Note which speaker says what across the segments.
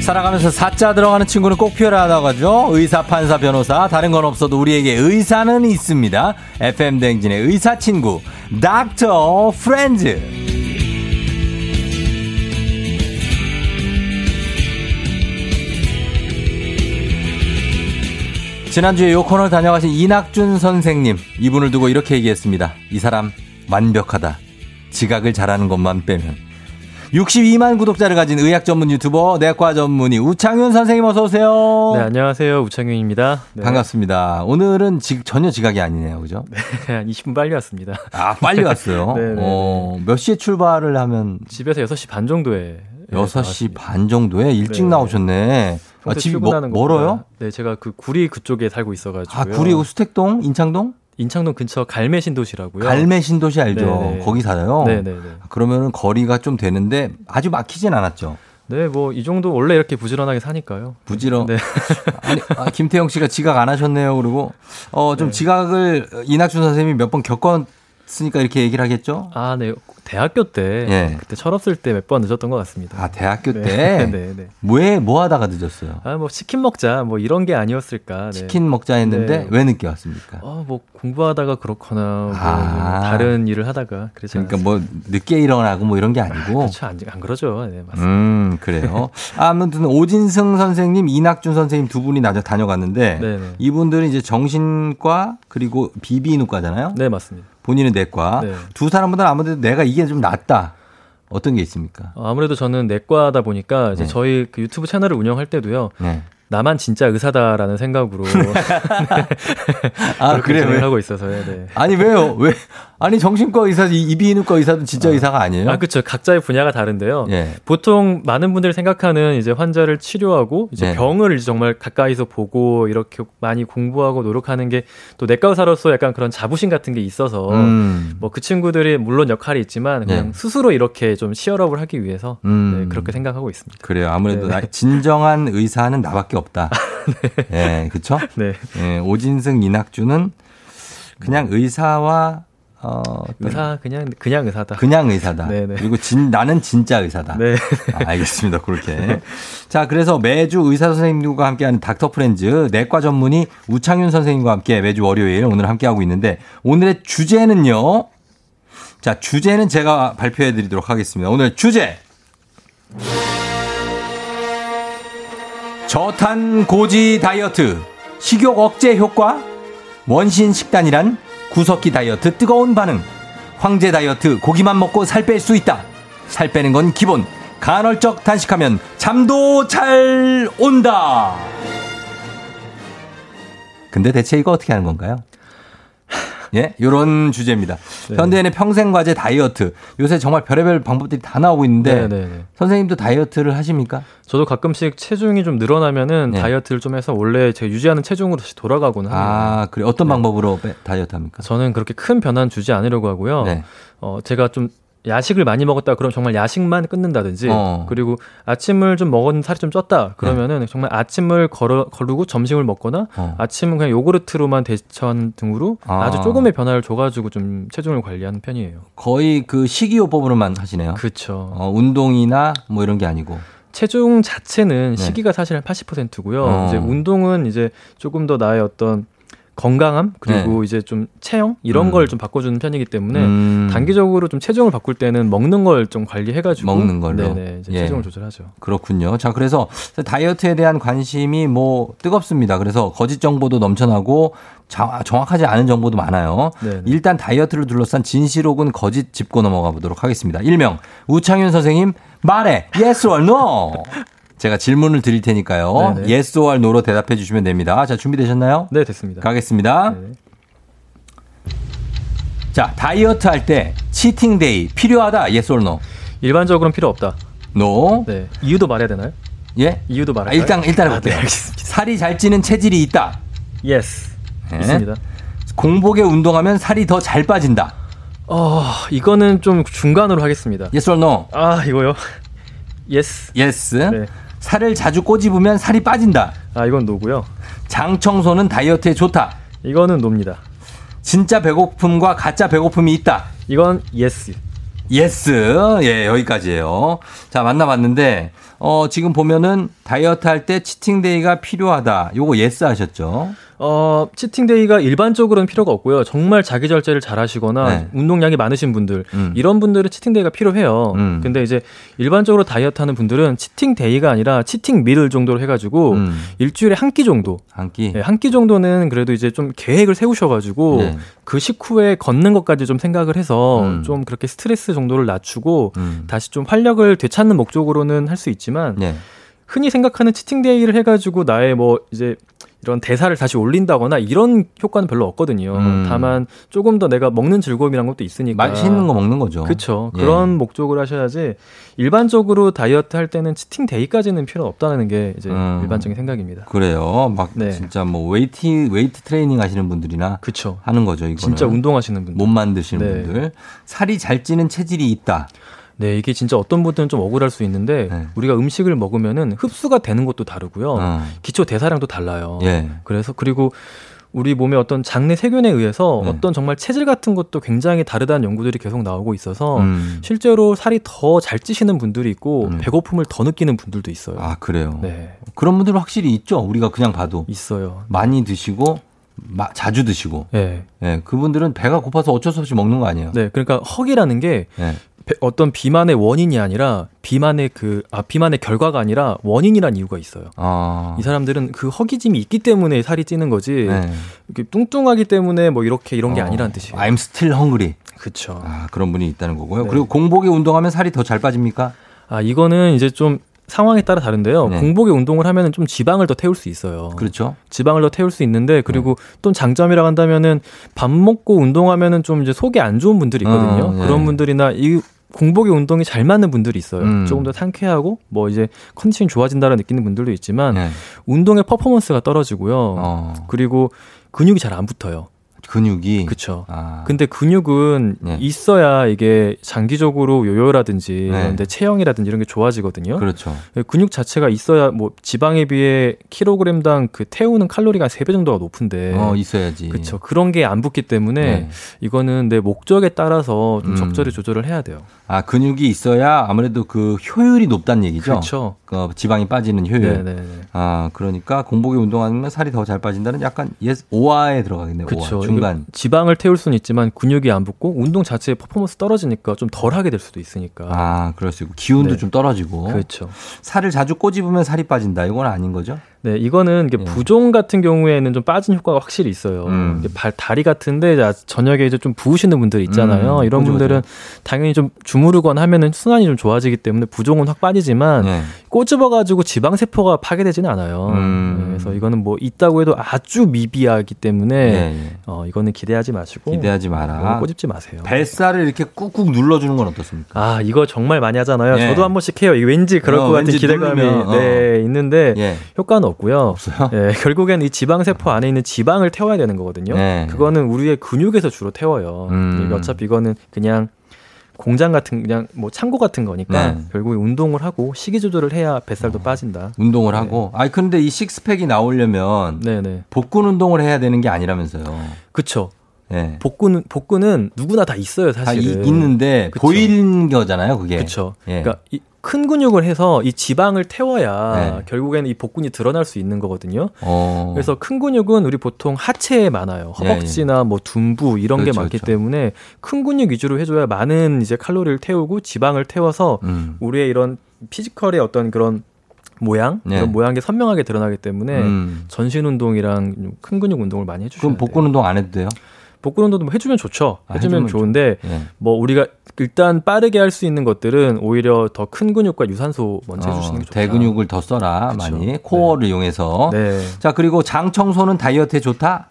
Speaker 1: 살아가면서 사자 들어가는 친구는 꼭 필요하다고 하죠. 의사, 판사, 변호사 다른 건 없어도 우리에게 의사는 있습니다. FM 댕진의 의사 친구 닥터 프렌즈. 지난주에 요 코너를 다녀가신 이낙준 선생님 이분을 두고 이렇게 얘기했습니다. 이 사람 완벽하다. 지각을 잘하는 것만 빼면 62만 구독자를 가진 의학 전문 유튜버 내과 전문의 우창윤 선생님 어서 오세요.
Speaker 2: 네 안녕하세요 우창윤입니다. 네.
Speaker 1: 반갑습니다. 오늘은 지, 전혀 지각이 아니네요, 그죠?
Speaker 2: 네, 한 20분 빨리 왔습니다.
Speaker 1: 아 빨리 왔어요.
Speaker 2: 네, 네, 네.
Speaker 1: 어, 몇 시에 출발을 하면
Speaker 2: 집에서 6시 반 정도에 네,
Speaker 1: 6시
Speaker 2: 나왔습니다.
Speaker 1: 반 정도에 일찍
Speaker 2: 네.
Speaker 1: 나오셨네. 아,
Speaker 2: 평소에
Speaker 1: 집이 멀-
Speaker 2: 출근하는 것보다-
Speaker 1: 멀어요?
Speaker 2: 네 제가 그 구리 그쪽에 살고 있어가지고요.
Speaker 1: 아 구리 수택동, 인창동,
Speaker 2: 인창동 근처 갈매 신도시라고요.
Speaker 1: 갈매 어. 신도시 알죠?
Speaker 2: 네, 네.
Speaker 1: 거기 살아요.
Speaker 2: 네네네.
Speaker 1: 그러면은 거리가 좀 되는데 아주 막히진 않았죠.
Speaker 2: 네뭐 이 정도 원래 이렇게 부지런하게 사니까요.
Speaker 1: 부지런.
Speaker 2: 네.
Speaker 1: 아니, 아, 김태형 씨가 지각 안 하셨네요. 그리고 어 좀
Speaker 2: 네.
Speaker 1: 지각을 이낙준 선생님이 몇 번 겪었으니까 이렇게 얘기를 하겠죠.
Speaker 2: 아 네 대학교 때
Speaker 1: 예.
Speaker 2: 그때 철없을 때 몇 번 늦었던 것 같습니다.
Speaker 1: 아 대학교 때
Speaker 2: 네네.
Speaker 1: 왜 뭐 하다가 늦었어요?
Speaker 2: 아 뭐 치킨 먹자 뭐 이런 게 아니었을까. 네.
Speaker 1: 치킨 먹자 했는데
Speaker 2: 네.
Speaker 1: 왜 늦게 왔습니까?
Speaker 2: 아, 뭐 공부하다가 그렇거나 뭐
Speaker 1: 아.
Speaker 2: 다른 일을 하다가 그래서
Speaker 1: 그러니까 뭐 늦게 일어나고 뭐 이런 게 아니고.
Speaker 2: 그렇죠 안, 안 그러죠 네, 맞습니다.
Speaker 1: 음 그래요. 아무튼 오진승 선생님, 이낙준 선생님 두 분이 나저 다녀갔는데
Speaker 2: 네네.
Speaker 1: 이분들은 이제 정신과 그리고 비비누과잖아요.
Speaker 2: 네 맞습니다.
Speaker 1: 본인은 내과.
Speaker 2: 네.
Speaker 1: 두 사람보다는 아무래도 내가 이게 좀 낫다. 어떤 게 있습니까?
Speaker 2: 어, 아무래도 저는 내과다 보니까 이제
Speaker 1: 네.
Speaker 2: 저희 그 유튜브 채널을 운영할 때도요
Speaker 1: 네.
Speaker 2: 나만 진짜 의사다라는 생각으로
Speaker 1: 아,
Speaker 2: 아, 그렇게
Speaker 1: 그래요?
Speaker 2: 운영을
Speaker 1: 왜?
Speaker 2: 하고 있어서요. 네.
Speaker 1: 아니, 왜요? 왜? 아니, 정신과 의사, 이- 이비인후과 의사도 진짜 의사가 아니에요?
Speaker 2: 아 그렇죠 각자의 분야가 다른데요.
Speaker 1: 예.
Speaker 2: 보통 많은 분들이 생각하는 이제 환자를 치료하고 이제
Speaker 1: 네.
Speaker 2: 병을 이제 정말 가까이서 보고 이렇게 많이 공부하고 노력하는 게 또 내과 의사로서 약간 그런 자부심 같은 게 있어서
Speaker 1: 음.
Speaker 2: 뭐 그 친구들이 물론 역할이 있지만 그냥
Speaker 1: 네.
Speaker 2: 스스로 이렇게 좀 시어업을 하기 위해서
Speaker 1: 음.
Speaker 2: 네, 그렇게 생각하고 있습니다.
Speaker 1: 그래요. 아무래도
Speaker 2: 네.
Speaker 1: 나- 진정한 의사는 나밖에 없다. 예, 그쵸?
Speaker 2: 네.
Speaker 1: 예, 오진승, 이낙준은 그냥 의사와, 어, 어떤-
Speaker 2: 의사 그냥 그냥 의사다.
Speaker 1: 그냥 의사다.
Speaker 2: 네, 네.
Speaker 1: 그리고 진, 나는 진짜 의사다.
Speaker 2: 네.
Speaker 1: 아, 알겠습니다. 그렇게. 자, 그래서 매주 의사 선생님과 함께하는 닥터 프렌즈 내과 전문의 우창윤 선생님과 함께 매주 월요일 오늘 함께하고 있는데 오늘의 주제는요. 자, 주제는 제가 발표해 드리도록 하겠습니다. 오늘 주제. 저탄 고지 다이어트, 식욕 억제 효과, 원신 식단이란 구석기 다이어트 뜨거운 반응, 황제 다이어트 고기만 먹고 살 뺄 수 있다. 살 빼는 건 기본. 간헐적 단식하면 잠도 잘 온다. 근데 대체 이거 어떻게 하는 건가요? 예, 요런 주제입니다.
Speaker 2: 네.
Speaker 1: 현대인의 평생 과제 다이어트. 요새 정말 별의별 방법들이 다 나오고 있는데
Speaker 2: 네, 네, 네.
Speaker 1: 선생님도 다이어트를 하십니까?
Speaker 2: 저도 가끔씩 체중이 좀 늘어나면은
Speaker 1: 네.
Speaker 2: 다이어트를 좀 해서 원래 제가 유지하는 체중으로 다시 돌아가곤 합니다.
Speaker 1: 아, 그래.
Speaker 2: 네.
Speaker 1: 어떤 방법으로 빼- 다이어트 합니까?
Speaker 2: 저는 그렇게 큰 변화는 주지 않으려고 하고요.
Speaker 1: 네.
Speaker 2: 어, 제가 좀 야식을 많이 먹었다 그럼 정말 야식만 끊는다든지
Speaker 1: 어. 네.
Speaker 2: 그리고 아침을 좀 먹은 살이 좀 쪘다 그러면은 정말 아침을 걸어, 거르고 점심을 먹거나
Speaker 1: 어.
Speaker 2: 아침은 그냥 요구르트로만 대처하는 등으로
Speaker 1: 아.
Speaker 2: 아주 조금의 변화를 줘가지고 좀 체중을 관리하는 편이에요.
Speaker 1: 거의 그 식이요법으로만 하시네요.
Speaker 2: 그렇죠.
Speaker 1: 어, 운동이나 뭐 이런 게 아니고.
Speaker 2: 체중 자체는
Speaker 1: 네.
Speaker 2: 시기가 사실 한 80%고요.
Speaker 1: 어.
Speaker 2: 이제 운동은 이제 조금 더 나의 어떤 건강함 그리고 이제 좀 체형 이런
Speaker 1: 네. 음.
Speaker 2: 걸 좀 바꿔주는 편이기 때문에
Speaker 1: 음,
Speaker 2: 네. 단기적으로 좀 체중을 바꿀 때는 먹는 걸 좀 관리해가지고
Speaker 1: 먹는 걸로.
Speaker 2: 네네 이제
Speaker 1: 예.
Speaker 2: 체중을 조절하죠.
Speaker 1: 그렇군요. 자, 그래서 다이어트에 대한 관심이 뭐 뜨겁습니다. 그래서 거짓 정보도 넘쳐나고 자- 정확하지 않은 정보도 많아요.
Speaker 2: 네네.
Speaker 1: 일단 다이어트를 둘러싼 진실 혹은 거짓 짚고 넘어가 보도록 하겠습니다. 일명 우창윤 선생님 말해 yes or no. 제가 질문을 드릴 테니까요.
Speaker 2: 네네.
Speaker 1: yes or no로 대답해 주시면 됩니다. 자, 준비되셨나요?
Speaker 2: 네 됐습니다.
Speaker 1: 가겠습니다.
Speaker 2: 네네.
Speaker 1: 자, 다이어트 할 때 치팅 데이 필요하다. yes or no.
Speaker 2: 일반적으로는 필요 없다.
Speaker 1: no.
Speaker 2: 네 이유도 말해야 되나요?
Speaker 1: 예?
Speaker 2: 이유도
Speaker 1: 아,
Speaker 2: 말할까요?
Speaker 1: 일단 일단
Speaker 2: 아, 네,
Speaker 1: 해볼게요.
Speaker 2: 알겠습니다.
Speaker 1: 살이 잘 찌는 체질이 있다.
Speaker 2: 예스
Speaker 1: 네.
Speaker 2: 있습니다.
Speaker 1: 공복에 운동하면 살이 더 잘 빠진다.
Speaker 2: 어 이거는 좀 중간으로 하겠습니다.
Speaker 1: Yes or no?
Speaker 2: 아 이거요. 예스
Speaker 1: Yes.
Speaker 2: 네.
Speaker 1: 살을 자주 꼬집으면 살이 빠진다.
Speaker 2: 아 이건 노고요.
Speaker 1: 장 청소는 다이어트에 좋다.
Speaker 2: 이거는 노입니다.
Speaker 1: 진짜 배고픔과 가짜 배고픔이 있다.
Speaker 2: 이건 예스.
Speaker 1: 예스. 예, 여기까지예요. 자, 만나봤는데 어, 지금 보면은 다이어트 할 때 치팅데이가 필요하다. 요거 예스 하셨죠?
Speaker 2: 어, 치팅데이가 일반적으로는 필요가 없고요. 정말 자기 절제를 잘 하시거나
Speaker 1: 네.
Speaker 2: 운동량이 많으신 분들,
Speaker 1: 음.
Speaker 2: 이런 분들은 치팅데이가 필요해요.
Speaker 1: 음.
Speaker 2: 근데 이제 일반적으로 다이어트 하는 분들은 치팅데이가 아니라 치팅밀 정도로 해가지고
Speaker 1: 음.
Speaker 2: 일주일에 한 끼 정도. 예,
Speaker 1: 한 끼.
Speaker 2: 한 끼 정도는 그래도 이제 좀 계획을 세우셔가지고
Speaker 1: 네.
Speaker 2: 그 식후에 걷는 것까지 좀 생각을 해서
Speaker 1: 음.
Speaker 2: 좀 그렇게 스트레스 정도를 낮추고
Speaker 1: 음.
Speaker 2: 다시 좀 활력을 되찾는 목적으로는 할 수 있지만
Speaker 1: 네.
Speaker 2: 흔히 생각하는 치팅데이를 해가지고 나의 뭐 이제 이런 대사를 다시 올린다거나 이런 효과는 별로 없거든요.
Speaker 1: 음.
Speaker 2: 다만 조금 더 내가 먹는 즐거움이란 것도 있으니까.
Speaker 1: 맛있는 거 먹는 거죠.
Speaker 2: 그러니까 그렇죠.
Speaker 1: 예.
Speaker 2: 그런 목적으로 하셔야지 일반적으로 다이어트 할 때는 치팅데이까지는 필요 없다는 게 이제
Speaker 1: 음.
Speaker 2: 일반적인 생각입니다.
Speaker 1: 그래요. 막
Speaker 2: 네.
Speaker 1: 진짜 뭐 웨이트 웨이트 트레이닝 하시는 분들이나
Speaker 2: 그렇죠.
Speaker 1: 하는 거죠, 이거는.
Speaker 2: 진짜 운동하시는 분들.
Speaker 1: 못 만드시는
Speaker 2: 네.
Speaker 1: 분들. 살이 잘 찌는 체질이 있다.
Speaker 2: 네, 이게 진짜 어떤 분들은 좀 억울할 수 있는데
Speaker 1: 네.
Speaker 2: 우리가 음식을 먹으면은 흡수가 되는 것도 다르고요.
Speaker 1: 어.
Speaker 2: 기초 대사량도 달라요.
Speaker 1: 예.
Speaker 2: 그래서 그리고 우리 몸의 어떤 장내 세균에 의해서
Speaker 1: 네.
Speaker 2: 어떤 정말 체질 같은 것도 굉장히 다르다는 연구들이 계속 나오고 있어서
Speaker 1: 음.
Speaker 2: 실제로 살이 더 잘 찌시는 분들이 있고
Speaker 1: 음.
Speaker 2: 배고픔을 더 느끼는 분들도 있어요.
Speaker 1: 아, 그래요.
Speaker 2: 네,
Speaker 1: 그런 분들은 확실히 있죠. 우리가 그냥 봐도
Speaker 2: 있어요.
Speaker 1: 많이 드시고 마- 자주 드시고.
Speaker 2: 네,
Speaker 1: 예. 그분들은 배가 고파서 어쩔 수 없이 먹는 거 아니에요.
Speaker 2: 네, 그러니까 허기라는 게
Speaker 1: 예.
Speaker 2: 배- 어떤 비만의 원인이 아니라 비만의 그 아 비만의 결과가 아니라 원인이란 이유가 있어요.
Speaker 1: 아.
Speaker 2: 이 사람들은 그 허기짐이 있기 때문에 살이 찌는 거지
Speaker 1: 예.
Speaker 2: 이렇게 뚱뚱하기 때문에 뭐 이렇게 이런 게
Speaker 1: 어,
Speaker 2: 아니라는 뜻이에요.
Speaker 1: I'm still hungry.
Speaker 2: 그렇죠.
Speaker 1: 아, 그런 분이 있다는 거고요.
Speaker 2: 네.
Speaker 1: 그리고 공복에 운동하면 살이 더 잘 빠집니까?
Speaker 2: 아 이거는 이제 좀 상황에 따라 다른데요.
Speaker 1: 네.
Speaker 2: 공복에 운동을 하면은 좀 지방을 더 태울 수 있어요.
Speaker 1: 그렇죠. 네.
Speaker 2: 지방을 더 태울 수 있는데 그리고 또 장점이라고 한다면은 밥 먹고 운동하면은 좀 이제 속이 안 좋은 분들이 있거든요.
Speaker 1: 어, 네.
Speaker 2: 그런 분들이나 이 공복에 운동이 잘 맞는 분들이 있어요.
Speaker 1: 음.
Speaker 2: 조금 더 상쾌하고 뭐 이제 컨디션이 좋아진다는 느끼는 분들도 있지만
Speaker 1: 네.
Speaker 2: 운동의 퍼포먼스가 떨어지고요.
Speaker 1: 어,
Speaker 2: 그리고 근육이 잘 안 붙어요.
Speaker 1: 근육이.
Speaker 2: 그렇죠.
Speaker 1: 아,
Speaker 2: 근데 근육은
Speaker 1: 네.
Speaker 2: 있어야 이게 장기적으로 요요라든지
Speaker 1: 네.
Speaker 2: 이런 데 체형이라든지 이런 게 좋아지거든요.
Speaker 1: 그렇죠.
Speaker 2: 네, 근육 자체가 있어야 뭐 지방에 비해 킬로그램당 그 태우는 칼로리가 세 배 정도가 높은데
Speaker 1: 어, 있어야지.
Speaker 2: 네. 그렇죠. 그런 게 안 붙기 때문에
Speaker 1: 네.
Speaker 2: 이거는 내 목적에 따라서 좀
Speaker 1: 음.
Speaker 2: 적절히 조절을 해야 돼요.
Speaker 1: 아, 근육이 있어야 아무래도 그 효율이 높다는 얘기죠.
Speaker 2: 그렇죠.
Speaker 1: 그 지방이 빠지는
Speaker 2: 네,
Speaker 1: 효율.
Speaker 2: 네, 네.
Speaker 1: 아, 그러니까 공복에 운동하면 살이 더 잘 빠진다는 약간 예, 오화에 들어가겠네요.
Speaker 2: 그렇죠.
Speaker 1: 오화. 중간.
Speaker 2: 지방을 태울 수는 있지만 근육이 안 붙고 운동 자체의 퍼포먼스 떨어지니까 좀 덜하게 될 수도 있으니까.
Speaker 1: 아, 뭐? 그럴 수 있고. 기운도
Speaker 2: 네.
Speaker 1: 좀 떨어지고.
Speaker 2: 그렇죠.
Speaker 1: 살을 자주 꼬집으면 살이 빠진다. 이건 아닌 거죠?
Speaker 2: 네, 이거는 이게
Speaker 1: 예.
Speaker 2: 부종 같은 경우에는 좀 빠진 효과가 확실히 있어요.
Speaker 1: 음.
Speaker 2: 이게 발 다리 같은데 이제 아직 저녁에 이제 좀 부으시는 분들 있잖아요.
Speaker 1: 음,
Speaker 2: 이런
Speaker 1: 그죠,
Speaker 2: 분들은 당연히 좀 주무르거나 하면은 순환이 좀 좋아지기 때문에 부종은 확 빠지지만
Speaker 1: 네.
Speaker 2: 꼬집어가지고 지방 세포가 파괴되지는 않아요.
Speaker 1: 음.
Speaker 2: 네, 그래서 이이거는 뭐 있다고 해도 아주 미비하기 때문에
Speaker 1: 예, 예.
Speaker 2: 어, 이거는 기대하지 마시고
Speaker 1: 기대하지 아.
Speaker 2: 너무
Speaker 1: 마라.
Speaker 2: 꼬집지 마세요.
Speaker 1: 뱃살을 이렇게 꾹꾹 눌러주는 건 어떻습니까?
Speaker 2: 아 이거 정말 많이 하잖아요.
Speaker 1: 예.
Speaker 2: 저도 한 번씩 해요. 이거 왠지 그럴
Speaker 1: 어,
Speaker 2: 것 같은
Speaker 1: 왠지
Speaker 2: 기대감이
Speaker 1: 누르면, 어.
Speaker 2: 네, 있는데
Speaker 1: 예.
Speaker 2: 효과는 없고요.
Speaker 1: 없어요?
Speaker 2: 예, 결국엔 이 지방 세포 안에 있는 지방을 태워야 되는 거거든요.
Speaker 1: 네.
Speaker 2: 그거는 우리의 근육에서 주로 태워요.
Speaker 1: 음.
Speaker 2: 이게 어차피 이거는 그냥 공장 같은 그냥 뭐 창고 같은 거니까
Speaker 1: 네. 어.
Speaker 2: 결국에 운동을 하고 식이 조절을 해야 뱃살도 빠진다.
Speaker 1: 운동을
Speaker 2: 네.
Speaker 1: 하고. 아니, 근데 이 식스팩이 나오려면
Speaker 2: 네네.
Speaker 1: 복근 운동을 해야 되는 게 아니라면서요.
Speaker 2: 그쵸.
Speaker 1: 예.
Speaker 2: 복근 복근은 누구나 다 있어요
Speaker 1: 다 이-
Speaker 2: 사실은.
Speaker 1: 있는데
Speaker 2: 그쵸.
Speaker 1: 보이는 거잖아요, 그게.
Speaker 2: 그쵸.
Speaker 1: 예.
Speaker 2: 그러니까 이 큰 근육을 해서 이 지방을 태워야
Speaker 1: 네.
Speaker 2: 결국에는 이 복근이 드러날 수 있는 거거든요.
Speaker 1: 어.
Speaker 2: 그래서 큰 근육은 우리 보통 하체에 많아요.
Speaker 1: 예, 예.
Speaker 2: 허벅지나 뭐 둔부 이런
Speaker 1: 그렇죠,
Speaker 2: 게 많기
Speaker 1: 그렇죠.
Speaker 2: 때문에 큰 근육 위주로 해줘야 많은 이제 칼로리를 태우고 지방을 태워서
Speaker 1: 음.
Speaker 2: 우리의 이런 피지컬의 어떤 그런 모양
Speaker 1: 네.
Speaker 2: 그런 모양이 선명하게 드러나기 때문에
Speaker 1: 음.
Speaker 2: 전신 운동이랑 큰 근육 운동을 많이 해주셔야
Speaker 1: 그럼 복근
Speaker 2: 돼요.
Speaker 1: 운동 안 해도 돼요?
Speaker 2: 복근 운동도 뭐 해주면 좋죠.
Speaker 1: 아,
Speaker 2: 해주면,
Speaker 1: 해주면
Speaker 2: 좋은데
Speaker 1: 예.
Speaker 2: 뭐 우리가 일단 빠르게 할 수 있는 것들은 오히려 더 큰 근육과 유산소 먼저 해주시는 게 좋다.
Speaker 1: 어, 대근육을 더 써라
Speaker 2: 그쵸.
Speaker 1: 많이 코어를 이용해서
Speaker 2: 네.
Speaker 1: 자 그리고 장 청소는 다이어트에 좋다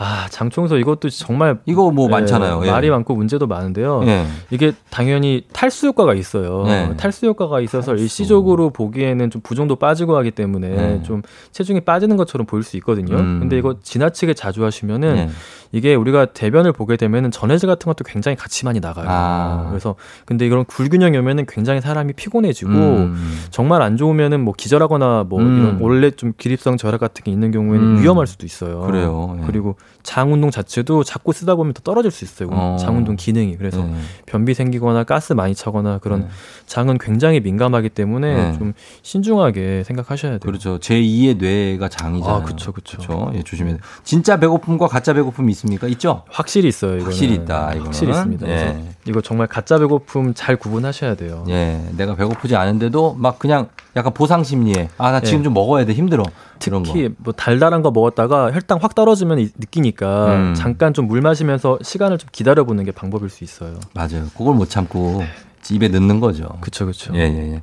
Speaker 2: 아 장청소 이것도 정말
Speaker 1: 이거 뭐
Speaker 2: 예,
Speaker 1: 많잖아요 예.
Speaker 2: 말이 많고 문제도 많은데요.
Speaker 1: 예.
Speaker 2: 이게 당연히 탈수 효과가 있어요.
Speaker 1: 네.
Speaker 2: 탈수 효과가 있어서
Speaker 1: 탈수.
Speaker 2: 일시적으로 보기에는 좀 부종도 빠지고 하기 때문에
Speaker 1: 네.
Speaker 2: 좀 체중이 빠지는 것처럼 보일 수 있거든요.
Speaker 1: 음.
Speaker 2: 근데 이거 지나치게 자주 하시면은
Speaker 1: 예.
Speaker 2: 이게 우리가 대변을 보게 되면은 전해질 같은 것도 굉장히 같이 많이 나가요.
Speaker 1: 아.
Speaker 2: 그래서 근데 이런 불균형이 오면은 굉장히 사람이 피곤해지고
Speaker 1: 음.
Speaker 2: 정말 안 좋으면은 뭐 기절하거나 뭐
Speaker 1: 음.
Speaker 2: 이런 원래 좀 기립성 저혈압 같은 게 있는 경우에는
Speaker 1: 음.
Speaker 2: 위험할 수도 있어요.
Speaker 1: 그래요. 예.
Speaker 2: 그리고 장 운동 자체도 자꾸 쓰다 보면 더 떨어질 수 있어요.
Speaker 1: 어.
Speaker 2: 장 운동 기능이. 그래서
Speaker 1: 네.
Speaker 2: 변비 생기거나 가스 많이 차거나 그런
Speaker 1: 네.
Speaker 2: 장은 굉장히 민감하기 때문에
Speaker 1: 네.
Speaker 2: 좀 신중하게 생각하셔야 돼요.
Speaker 1: 그렇죠. 제2의 뇌가 장이잖아요.
Speaker 2: 아, 그쵸, 그쵸.
Speaker 1: 그쵸? 예, 조심해야 돼. 진짜 배고픔과 가짜 배고픔이 있습니까? 있죠?
Speaker 2: 확실히 있어요. 이거는.
Speaker 1: 확실히 있다, 이거는.
Speaker 2: 확실히 있습니다. 그래서
Speaker 1: 예.
Speaker 2: 이거 정말 가짜 배고픔 잘 구분하셔야 돼요.
Speaker 1: 예, 내가 배고프지 않은데도 막 그냥 약간 보상 심리에 아, 나 지금
Speaker 2: 예.
Speaker 1: 좀 먹어야 돼. 힘들어. 이런 거.
Speaker 2: 특히 뭐 달달한 거 먹었다가 혈당 확 떨어지면 이- 느끼니까
Speaker 1: 음.
Speaker 2: 잠깐 좀 물 마시면서 시간을 좀 기다려 보는 게 방법일 수 있어요.
Speaker 1: 맞아요. 그걸 못 참고
Speaker 2: 네.
Speaker 1: 입에 넣는 거죠.
Speaker 2: 그렇죠, 그렇죠.
Speaker 1: 예, 예, 예.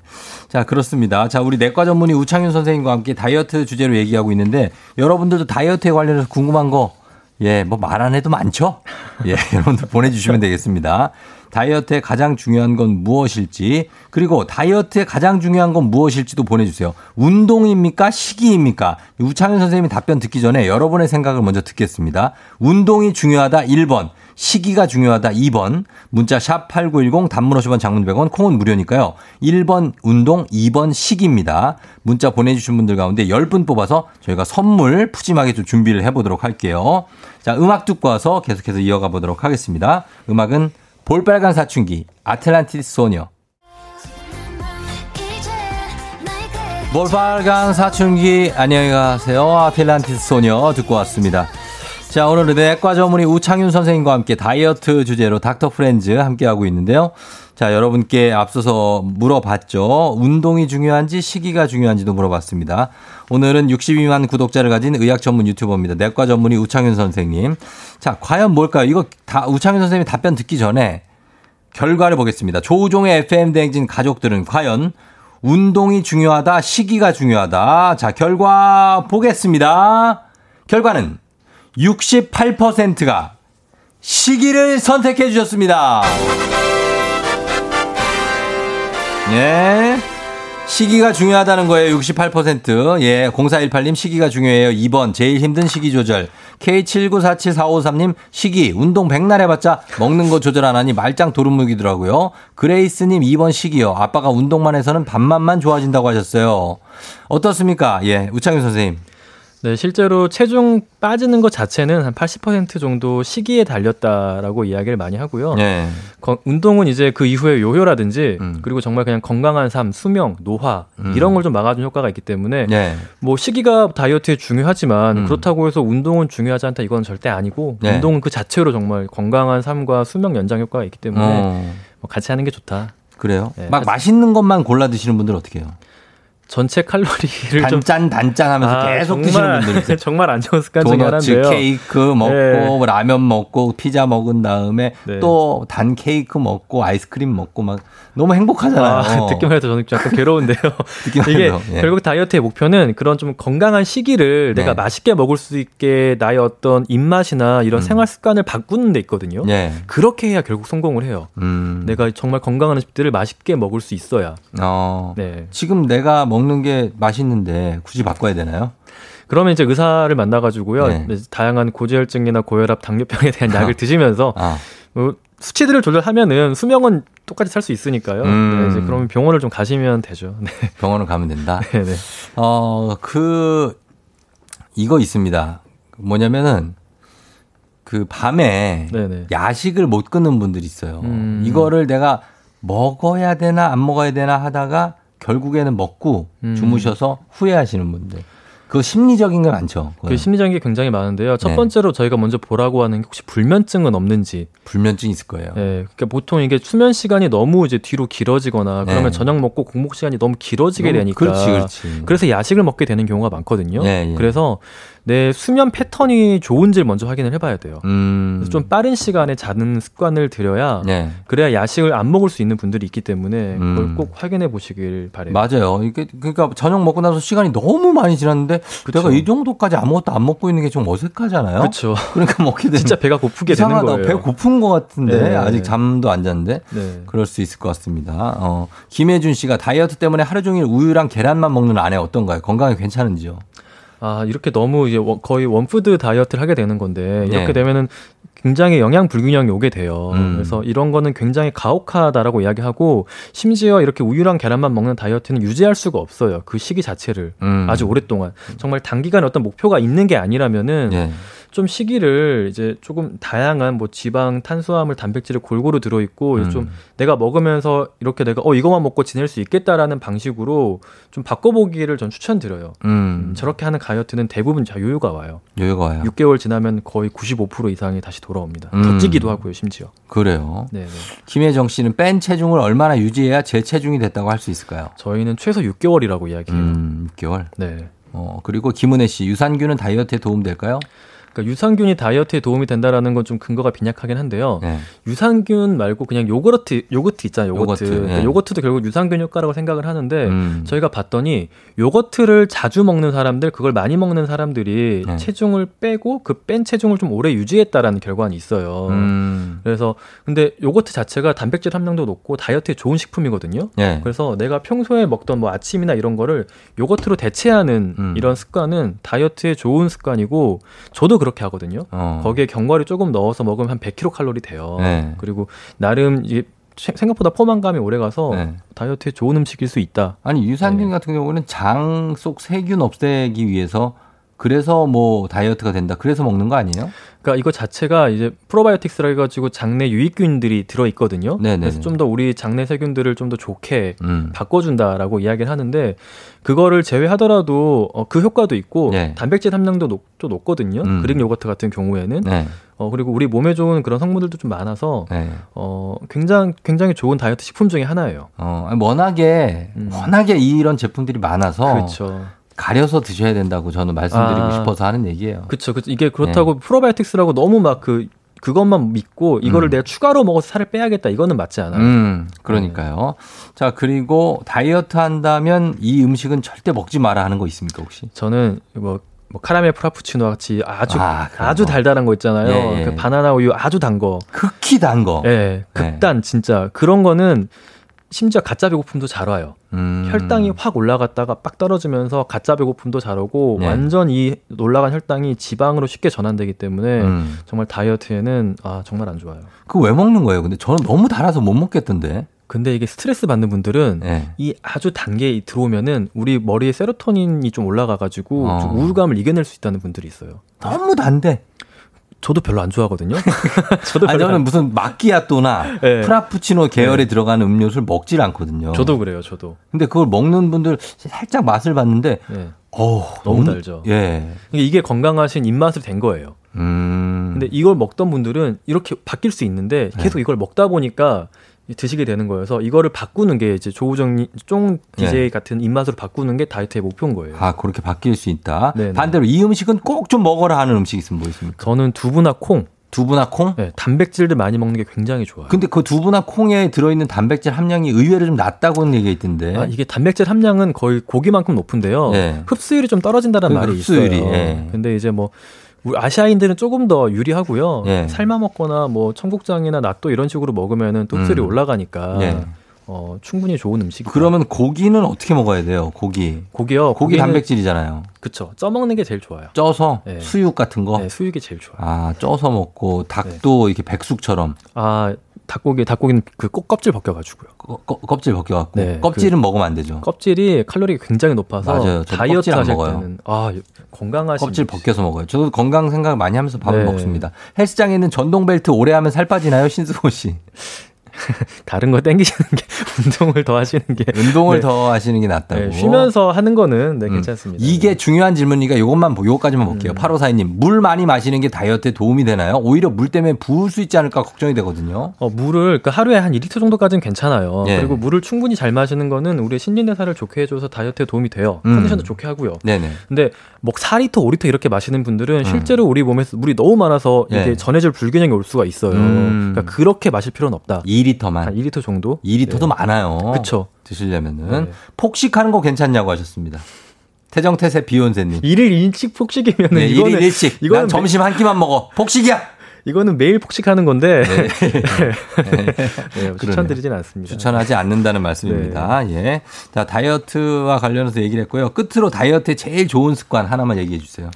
Speaker 1: 자, 그렇습니다. 자, 우리 내과 전문의 우창윤 선생님과 함께 다이어트 주제로 얘기하고 있는데 여러분들도 다이어트에 관련해서 궁금한 거 예, 뭐 말 안 해도 많죠? 예, 여러분들 보내주시면 되겠습니다. 다이어트에 가장 중요한 건 무엇일지, 그리고 다이어트에 가장 중요한 건 무엇일지도 보내주세요. 운동입니까? 식이입니까? 우창윤 선생님이 답변 듣기 전에 여러분의 생각을 먼저 듣겠습니다. 운동이 중요하다 1번, 시기가 중요하다 2번, 문자 샵 8910 단문 50원 장문 100원 콩은 무료니까요. 1번 운동, 2번 식입니다. 문자 보내주신 분들 가운데 10분 뽑아서 저희가 선물 푸짐하게 좀 준비를 해보도록 할게요. 자, 음악 듣고 와서 계속해서 이어가 보도록 하겠습니다. 음악은 볼빨간 사춘기, 아틀란티스 소녀. 볼빨간 사춘기, 안녕히 가세요. 아틀란티스 소녀 듣고 왔습니다. 자, 오늘은 내과 전문의 우창윤 선생님과 함께 다이어트 주제로 닥터 프렌즈 함께하고 있는데요. 자, 여러분께 앞서서 물어봤죠. 운동이 중요한지 시기가 중요한지도 물어봤습니다. 오늘은 62만 구독자를 가진 의학 전문 유튜버입니다. 내과 전문의 우창윤 선생님. 자, 과연 뭘까요? 이거 다 우창윤 선생님이 답변 듣기 전에 결과를 보겠습니다. 조우종의 FM 대행진 가족들은 과연 운동이 중요하다, 시기가 중요하다. 자, 결과 보겠습니다. 결과는 68%가 시기를 선택해 주셨습니다. 예. 시기가 중요하다는 거예요. 68%. 예. 0418님 시기가 중요해요. 2번 제일 힘든 시기 조절. K7947453님 시기 운동 백날 해봤자 먹는 거 조절 안 하니 말짱 도루묵이더라고요. 그레이스님 2번 시기요. 아빠가 운동만 해서는 밥맛만 좋아진다고 하셨어요. 어떻습니까? 예. 우창윤 선생님.
Speaker 2: 네, 실제로 체중 빠지는 것 자체는 한 80% 정도 시기에 달렸다라고 이야기를 많이 하고요.
Speaker 1: 예.
Speaker 2: 거- 운동은 이제 그 이후에 요요라든지
Speaker 1: 음.
Speaker 2: 그리고 정말 그냥 건강한 삶, 수명, 노화
Speaker 1: 음.
Speaker 2: 이런 걸 좀 막아주는 효과가 있기 때문에
Speaker 1: 예.
Speaker 2: 뭐 시기가 다이어트에 중요하지만
Speaker 1: 음.
Speaker 2: 그렇다고 해서 운동은 중요하지 않다 이건 절대 아니고
Speaker 1: 네.
Speaker 2: 운동은 그 자체로 정말 건강한 삶과 수명 연장 효과가 있기 때문에
Speaker 1: 어.
Speaker 2: 뭐 같이 하는 게 좋다.
Speaker 1: 그래요?
Speaker 2: 예.
Speaker 1: 막 맛있는 것만 골라 드시는 분들 어떻게 해요?
Speaker 2: 전체 칼로리를 좀
Speaker 1: 단짠 단짠 하면서
Speaker 2: 아,
Speaker 1: 계속
Speaker 2: 정말,
Speaker 1: 드시는 분들 있어요.
Speaker 2: 정말 안 좋은 습관 중에
Speaker 1: 도넛,
Speaker 2: 하나인데요.
Speaker 1: 케이크 먹고
Speaker 2: 네.
Speaker 1: 라면 먹고 피자 먹은 다음에
Speaker 2: 네.
Speaker 1: 또 단 케이크 먹고 아이스크림 먹고 막 너무 행복하잖아요. 어.
Speaker 2: 아, 듣기만 해도 저는 좀 약간 괴로운데요.
Speaker 1: 듣기만
Speaker 2: 이게
Speaker 1: 해도, 예.
Speaker 2: 결국 다이어트의 목표는 그런 좀 건강한 시기를
Speaker 1: 네.
Speaker 2: 내가 맛있게 먹을 수 있게 나의 어떤 입맛이나
Speaker 1: 음.
Speaker 2: 이런 생활 습관을 바꾸는 데 있거든요. 네.
Speaker 1: 예.
Speaker 2: 그렇게 해야 결국 성공을 해요.
Speaker 1: 음.
Speaker 2: 내가 정말 건강한 음식들을 맛있게 먹을 수 있어야.
Speaker 1: 어.
Speaker 2: 네.
Speaker 1: 지금 내가 먹는 게 맛있는데 굳이 바꿔야 되나요?
Speaker 2: 그러면 이제 의사를 만나가지고요.
Speaker 1: 네.
Speaker 2: 이제 다양한 고지혈증이나 고혈압, 당뇨병에 대한 약을 드시면서
Speaker 1: 아.
Speaker 2: 뭐 수치들을 조절하면은 수명은 똑같이 살 수 있으니까요.
Speaker 1: 음.
Speaker 2: 네, 이제 그러면 병원을 좀 가시면 되죠. 네,
Speaker 1: 병원을 가면 된다.
Speaker 2: 네, 네.
Speaker 1: 어, 그, 이거 있습니다. 뭐냐면은, 그 밤에
Speaker 2: 네네.
Speaker 1: 야식을 못 끊는 분들이 있어요.
Speaker 2: 음.
Speaker 1: 이거를 내가 먹어야 되나 안 먹어야 되나 하다가 결국에는 먹고
Speaker 2: 음.
Speaker 1: 주무셔서 후회하시는 분들. 그거 심리적인 게 많죠. 그거는.
Speaker 2: 그 심리적인 게 굉장히 많은데요. 첫
Speaker 1: 네.
Speaker 2: 번째로 저희가 먼저 보라고 하는 게 혹시 불면증은 없는지.
Speaker 1: 불면증 있을 거예요.
Speaker 2: 예. 그러니까 보통 이게 수면 시간이 너무 이제 뒤로 길어지거나
Speaker 1: 네.
Speaker 2: 그러면 저녁 먹고 공복 시간이 너무 길어지게
Speaker 1: 너무-
Speaker 2: 되니까.
Speaker 1: 그렇지, 그렇지.
Speaker 2: 래서 야식을 먹게 되는 경우가 많거든요.
Speaker 1: 예, 예.
Speaker 2: 그래서 내 수면 패턴이 좋은지를 먼저 확인을 해봐야 돼요.
Speaker 1: 음.
Speaker 2: 그래서 좀 아. 빠른 시간에 자는 습관을 들여야
Speaker 1: 예.
Speaker 2: 그래야 야식을 안 먹을 수 있는 분들이 있기 때문에 그걸
Speaker 1: 음.
Speaker 2: 꼭 확인해 보시길 바래요.
Speaker 1: 맞아요. 이게 그러니까 저녁 먹고 나서 시간이 너무 많이 지났는데
Speaker 2: 그쵸.
Speaker 1: 내가 이 정도까지 아무것도 안 먹고 있는 게 좀 어색하잖아요.
Speaker 2: 그렇죠.
Speaker 1: 그러니까 먹게 되는
Speaker 2: 진짜 배가 고프게
Speaker 1: 이상하다.
Speaker 2: 되는 거예요.
Speaker 1: 배 고픈 것 같은데
Speaker 2: 네.
Speaker 1: 아직 잠도 안 잤는데
Speaker 2: 네.
Speaker 1: 그럴 수 있을 것 같습니다. 어, 김혜준 씨가 다이어트 때문에 하루 종일 우유랑 계란만 먹는 아내 어떤가요? 건강에 괜찮은지요?
Speaker 2: 아 이렇게 너무 이제 원- 거의 원푸드 다이어트를 하게 되는 건데 이렇게
Speaker 1: 네.
Speaker 2: 되면은 굉장히 영양 불균형이 오게 돼요.
Speaker 1: 음.
Speaker 2: 그래서 이런 거는 굉장히 가혹하다라고 이야기하고 심지어 이렇게 우유랑 계란만 먹는 다이어트는 유지할 수가 없어요. 그 시기 자체를
Speaker 1: 음.
Speaker 2: 아주 오랫동안 정말 단기간에 어떤 목표가 있는 게 아니라면은
Speaker 1: 예.
Speaker 2: 좀 시기를 이제 조금 다양한 뭐 지방, 탄수화물, 단백질이 골고루 들어 있고
Speaker 1: 음.
Speaker 2: 좀 내가 먹으면서 이렇게 내가 어 이것만 먹고 지낼 수 있겠다라는 방식으로 좀 바꿔보기를 전 추천드려요.
Speaker 1: 음.
Speaker 2: 저렇게 하는 다이어트는 대부분 다 요요가 와요.
Speaker 1: 요요가 와요.
Speaker 2: 6개월 지나면 거의 95% 이상이 다시 돌아옵니다.
Speaker 1: 음.
Speaker 2: 더 찌기도 하고요, 심지어.
Speaker 1: 그래요.
Speaker 2: 네, 네.
Speaker 1: 김혜정 씨는 뺀 체중을 얼마나 유지해야 제 체중이 됐다고 할 수 있을까요?
Speaker 2: 저희는 최소 6개월이라고 이야기해요.
Speaker 1: 음, 6개월.
Speaker 2: 네.
Speaker 1: 어, 그리고 김은혜 씨, 유산균은 다이어트에 도움될까요?
Speaker 2: 그러니까 유산균이 다이어트에 도움이 된다라는 건 좀 근거가 빈약하긴 한데요.
Speaker 1: 네.
Speaker 2: 유산균 말고 그냥 요거트 요거트 있잖아요. 요거트. 그러니까
Speaker 1: 요거트,
Speaker 2: 요거트
Speaker 1: 예.
Speaker 2: 도 결국 유산균 효과라고 생각을 하는데
Speaker 1: 음.
Speaker 2: 저희가 봤더니 요거트를 자주 먹는 사람들, 그걸 많이 먹는 사람들이
Speaker 1: 네.
Speaker 2: 체중을 빼고 그 뺀 체중을 좀 오래 유지했다라는 결과는 있어요.
Speaker 1: 음.
Speaker 2: 그래서 근데 요거트 자체가 단백질 함량도 높고 다이어트에 좋은 식품이거든요.
Speaker 1: 예.
Speaker 2: 그래서 내가 평소에 먹던 뭐 아침이나 이런 거를 요거트로 대체하는
Speaker 1: 음.
Speaker 2: 이런 습관은 다이어트에 좋은 습관이고 저도 그렇게 하거든요.
Speaker 1: 어.
Speaker 2: 거기에 견과류 조금 넣어서 먹으면 한 100kcal 돼요.
Speaker 1: 네.
Speaker 2: 그리고 나름 이게 체- 생각보다 포만감이 오래 가서
Speaker 1: 네.
Speaker 2: 다이어트에 좋은 음식일 수 있다.
Speaker 1: 아니,
Speaker 2: 네.
Speaker 1: 유산균 같은 경우는 장 속 세균 없애기 위해서 그래서 뭐 다이어트가 된다. 그래서 먹는 거 아니에요?
Speaker 2: 그러니까 이거 자체가 이제 프로바이오틱스라 해가지고 장내 유익균들이 들어 있거든요.
Speaker 1: 네네네.
Speaker 2: 그래서 좀 더 우리 장내 세균들을 좀 더 좋게
Speaker 1: 음.
Speaker 2: 바꿔준다라고 이야기를 하는데 그거를 제외하더라도 어, 그 효과도 있고
Speaker 1: 네.
Speaker 2: 단백질 함량도 높, 좀 높거든요.
Speaker 1: 음.
Speaker 2: 그릭 요거트 같은 경우에는
Speaker 1: 네.
Speaker 2: 어, 그리고 우리 몸에 좋은 그런 성분들도 좀 많아서
Speaker 1: 네.
Speaker 2: 어, 굉장히 굉장히 좋은 다이어트 식품 중에 하나예요.
Speaker 1: 어, 아니, 워낙에
Speaker 2: 음.
Speaker 1: 워낙에 이런 제품들이 많아서
Speaker 2: 그렇죠.
Speaker 1: 가려서 드셔야 된다고 저는 말씀드리고
Speaker 2: 아.
Speaker 1: 싶어서 하는 얘기예요.
Speaker 2: 그렇죠. 이게 그렇다고
Speaker 1: 네.
Speaker 2: 프로바이오틱스라고 너무 막 그 그것만 믿고 이거를
Speaker 1: 음.
Speaker 2: 내가 추가로 먹어서 살을 빼야겠다 이거는 맞지 않아요.
Speaker 1: 음, 그러니까요. 자, 그리고 다이어트 한다면 이 음식은 절대 먹지 마라 하는 거 있습니까, 혹시?
Speaker 2: 저는 뭐, 뭐 카라멜 프라푸치노 같이 아주
Speaker 1: 아, 그런
Speaker 2: 아, 주
Speaker 1: 거.
Speaker 2: 달달한 거 있잖아요.
Speaker 1: 예, 예.
Speaker 2: 그 바나나 우유 아주 단 거.
Speaker 1: 극히 단 거.
Speaker 2: 예.
Speaker 1: 네.
Speaker 2: 극단 진짜 그런 거는 심지어 가짜 배고픔도 잘 와요.
Speaker 1: 음.
Speaker 2: 혈당이 확 올라갔다가 빡 떨어지면서 가짜 배고픔도 잘 오고
Speaker 1: 네.
Speaker 2: 완전 이 올라간 혈당이 지방으로 쉽게 전환되기 때문에
Speaker 1: 음.
Speaker 2: 정말 다이어트에는 아 정말 안 좋아요.
Speaker 1: 그거 왜 먹는 거예요? 근데 저는 너무 달아서 못 먹겠던데.
Speaker 2: 근데 이게 스트레스 받는 분들은
Speaker 1: 예.
Speaker 2: 이 아주 단계에 들어오면은 우리 머리에 세로토닌이 좀 올라가가지고
Speaker 1: 어.
Speaker 2: 좀 우울감을 이겨낼 수 있다는 분들이 있어요.
Speaker 1: 너무 단데.
Speaker 2: 저도 별로 안 좋아하거든요. 저도
Speaker 1: 아,
Speaker 2: 별로
Speaker 1: 저는
Speaker 2: 안-
Speaker 1: 무슨 마끼아또나
Speaker 2: 예.
Speaker 1: 프라푸치노 계열에 들어간 음료수를 먹질 않거든요.
Speaker 2: 네. 저도 그래요. 저도.
Speaker 1: 근데 그걸 먹는 분들 살짝 맛을 봤는데
Speaker 2: 예.
Speaker 1: 어우,
Speaker 2: 너무 달죠.
Speaker 1: 예.
Speaker 2: 이게- 이게 건강하신 입맛으로 된 거예요.
Speaker 1: 음. 네.
Speaker 2: 근데 이걸 먹던 분들은 이렇게 바뀔 수 있는데 계속 이걸 먹다 보니까 드시게 되는 거여서 이거를 바꾸는 게 이제 조우정 쫑 DJ 같은 입맛으로 바꾸는 게 다이어트의 목표인 거예요.
Speaker 1: 네. 아, 그렇게 바뀔 수 있다.
Speaker 2: 네네.
Speaker 1: 반대로 이 음식은 꼭 좀 먹어라 하는 음식 있으면 뭐 있습니까?
Speaker 2: 저는 두부나 콩,
Speaker 1: 두부나 콩?
Speaker 2: 예, 단백질들 많이 먹는 게 굉장히 좋아요.
Speaker 1: 근데 그 두부나 콩에 들어있는 단백질 함량이 의외로 좀 낮다고는 얘기했던데.
Speaker 2: 아, 이게 단백질 함량은 거의 고기만큼 높은데요.
Speaker 1: 네.
Speaker 2: 흡수율이 좀 떨어진다는
Speaker 1: 그러니까
Speaker 2: 말이
Speaker 1: 흡수율이,
Speaker 2: 있어요.
Speaker 1: 예.
Speaker 2: 근데 이제 뭐 우리 아시아인들은 조금 더 유리하고요.
Speaker 1: 예.
Speaker 2: 삶아 먹거나 뭐 청국장이나 낫또 이런 식으로 먹으면은 또 흡수율이
Speaker 1: 음.
Speaker 2: 올라가니까
Speaker 1: 예.
Speaker 2: 어, 충분히 좋은 음식이다.
Speaker 1: 그러면 고기는 어떻게 먹어야 돼요? 고기.
Speaker 2: 어, 고기요.
Speaker 1: 고기
Speaker 2: 고기는-
Speaker 1: 단백질이잖아요.
Speaker 2: 그쵸. 쪄 먹는 게 제일 좋아요.
Speaker 1: 쪄서
Speaker 2: 네.
Speaker 1: 수육 같은 거.
Speaker 2: 네, 수육이 제일 좋아요.
Speaker 1: 아, 쪄서 먹고
Speaker 2: 네.
Speaker 1: 닭도 이렇게 백숙처럼
Speaker 2: 아, 닭고기 닭고기는 그 꼭 껍질 벗겨 가지고요.
Speaker 1: 거- 거- 껍질 벗겨 갖고
Speaker 2: 네,
Speaker 1: 껍질은 먹으면 안 되죠.
Speaker 2: 껍질이 칼로리가 굉장히 높아서
Speaker 1: 맞아요. 저도
Speaker 2: 다이어트
Speaker 1: 껍질 안
Speaker 2: 하실
Speaker 1: 먹어요.
Speaker 2: 때는 아, 건강하신
Speaker 1: 껍질 벗겨서 먹어요. 저도 건강 생각 많이 하면서 밥을
Speaker 2: 네.
Speaker 1: 먹습니다. 헬스장에 있는 전동 벨트 오래 하면 살 빠지나요, 신수호 씨?
Speaker 2: 다른 거 땡기시는 게 운동을 더 하시는 게
Speaker 1: 운동을
Speaker 2: 네.
Speaker 1: 더 하시는 게 낫다고.
Speaker 2: 네, 쉬면서 하는 거는 네,
Speaker 1: 음.
Speaker 2: 괜찮습니다.
Speaker 1: 이게 중요한 질문이니까 요것만 보- 요것까지만 볼게요.
Speaker 2: 음.
Speaker 1: 8542님, 물 많이 마시는 게 다이어트에 도움이 되나요? 오히려 물 때문에 부을 수 있지 않을까 걱정이 되거든요.
Speaker 2: 어, 물을 그 하루에 한 2리터 정도까지는 괜찮아요.
Speaker 1: 예.
Speaker 2: 그리고 물을 충분히 잘 마시는 거는 우리의 신진대사를 좋게 해줘서 다이어트에 도움이 돼요.
Speaker 1: 음.
Speaker 2: 컨디션도 좋게 하고요.
Speaker 1: 네네.
Speaker 2: 근데 뭐 4리터, 5리터 이렇게 마시는 분들은 실제로 우리 몸에서 물이 너무 많아서 이게
Speaker 1: 음. 예.
Speaker 2: 전해질 불균형이 올 수가 있어요.
Speaker 1: 음. 예.
Speaker 2: 그러니까 그렇게 마실 필요는 없다. 한
Speaker 1: 2리터만.
Speaker 2: 2리터 정도.
Speaker 1: 2리터도 많아요.
Speaker 2: 네. 그렇죠.
Speaker 1: 드시려면은
Speaker 2: 네.
Speaker 1: 폭식하는 거 괜찮냐고 하셨습니다. 태정태세 비욘세님.
Speaker 2: 일일 일식 폭식이면은
Speaker 1: 네,
Speaker 2: 이거는
Speaker 1: 1일 1식.
Speaker 2: 이거는 네.
Speaker 1: 난 점심 한 끼만 먹어. 폭식이야.
Speaker 2: 이거는 매일 폭식하는 건데 네, 추천드리진 않습니다.
Speaker 1: 네. 추천하지 않는다는 말씀입니다.
Speaker 2: 네.
Speaker 1: 예. 자, 다이어트와 관련해서 얘기를 했고요. 끝으로 다이어트에 제일 좋은 습관 하나만 얘기해 주세요.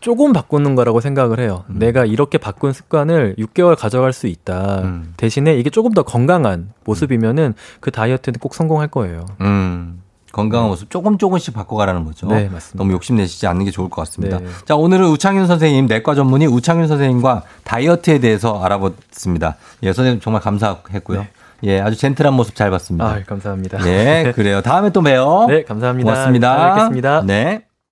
Speaker 2: 조금 바꾸는 거라고 생각을 해요. 음. 내가 이렇게 바꾼 습관을 6개월 가져갈 수 있다. 음. 대신에 이게 조금 더 건강한 모습이면은 그 다이어트는 꼭 성공할 거예요.
Speaker 1: 음. 건강한 모습 조금 조금씩 바꿔가라는 거죠.
Speaker 2: 네, 맞습니다.
Speaker 1: 너무 욕심내시지 않는 게 좋을 것 같습니다. 네. 자, 오늘은 우창윤 선생님, 내과 전문의 우창윤 선생님과 다이어트에 대해서 알아봤습니다. 예, 선생님 정말 감사했고요. 네. 예, 아주 젠틀한 모습 잘 봤습니다. 네.
Speaker 2: 아, 감사합니다.
Speaker 1: 예, 그래요. 다음에 또 봬요.
Speaker 2: 네, 감사합니다.
Speaker 1: 고맙습니다.
Speaker 2: 뵙겠습니다.
Speaker 1: 네.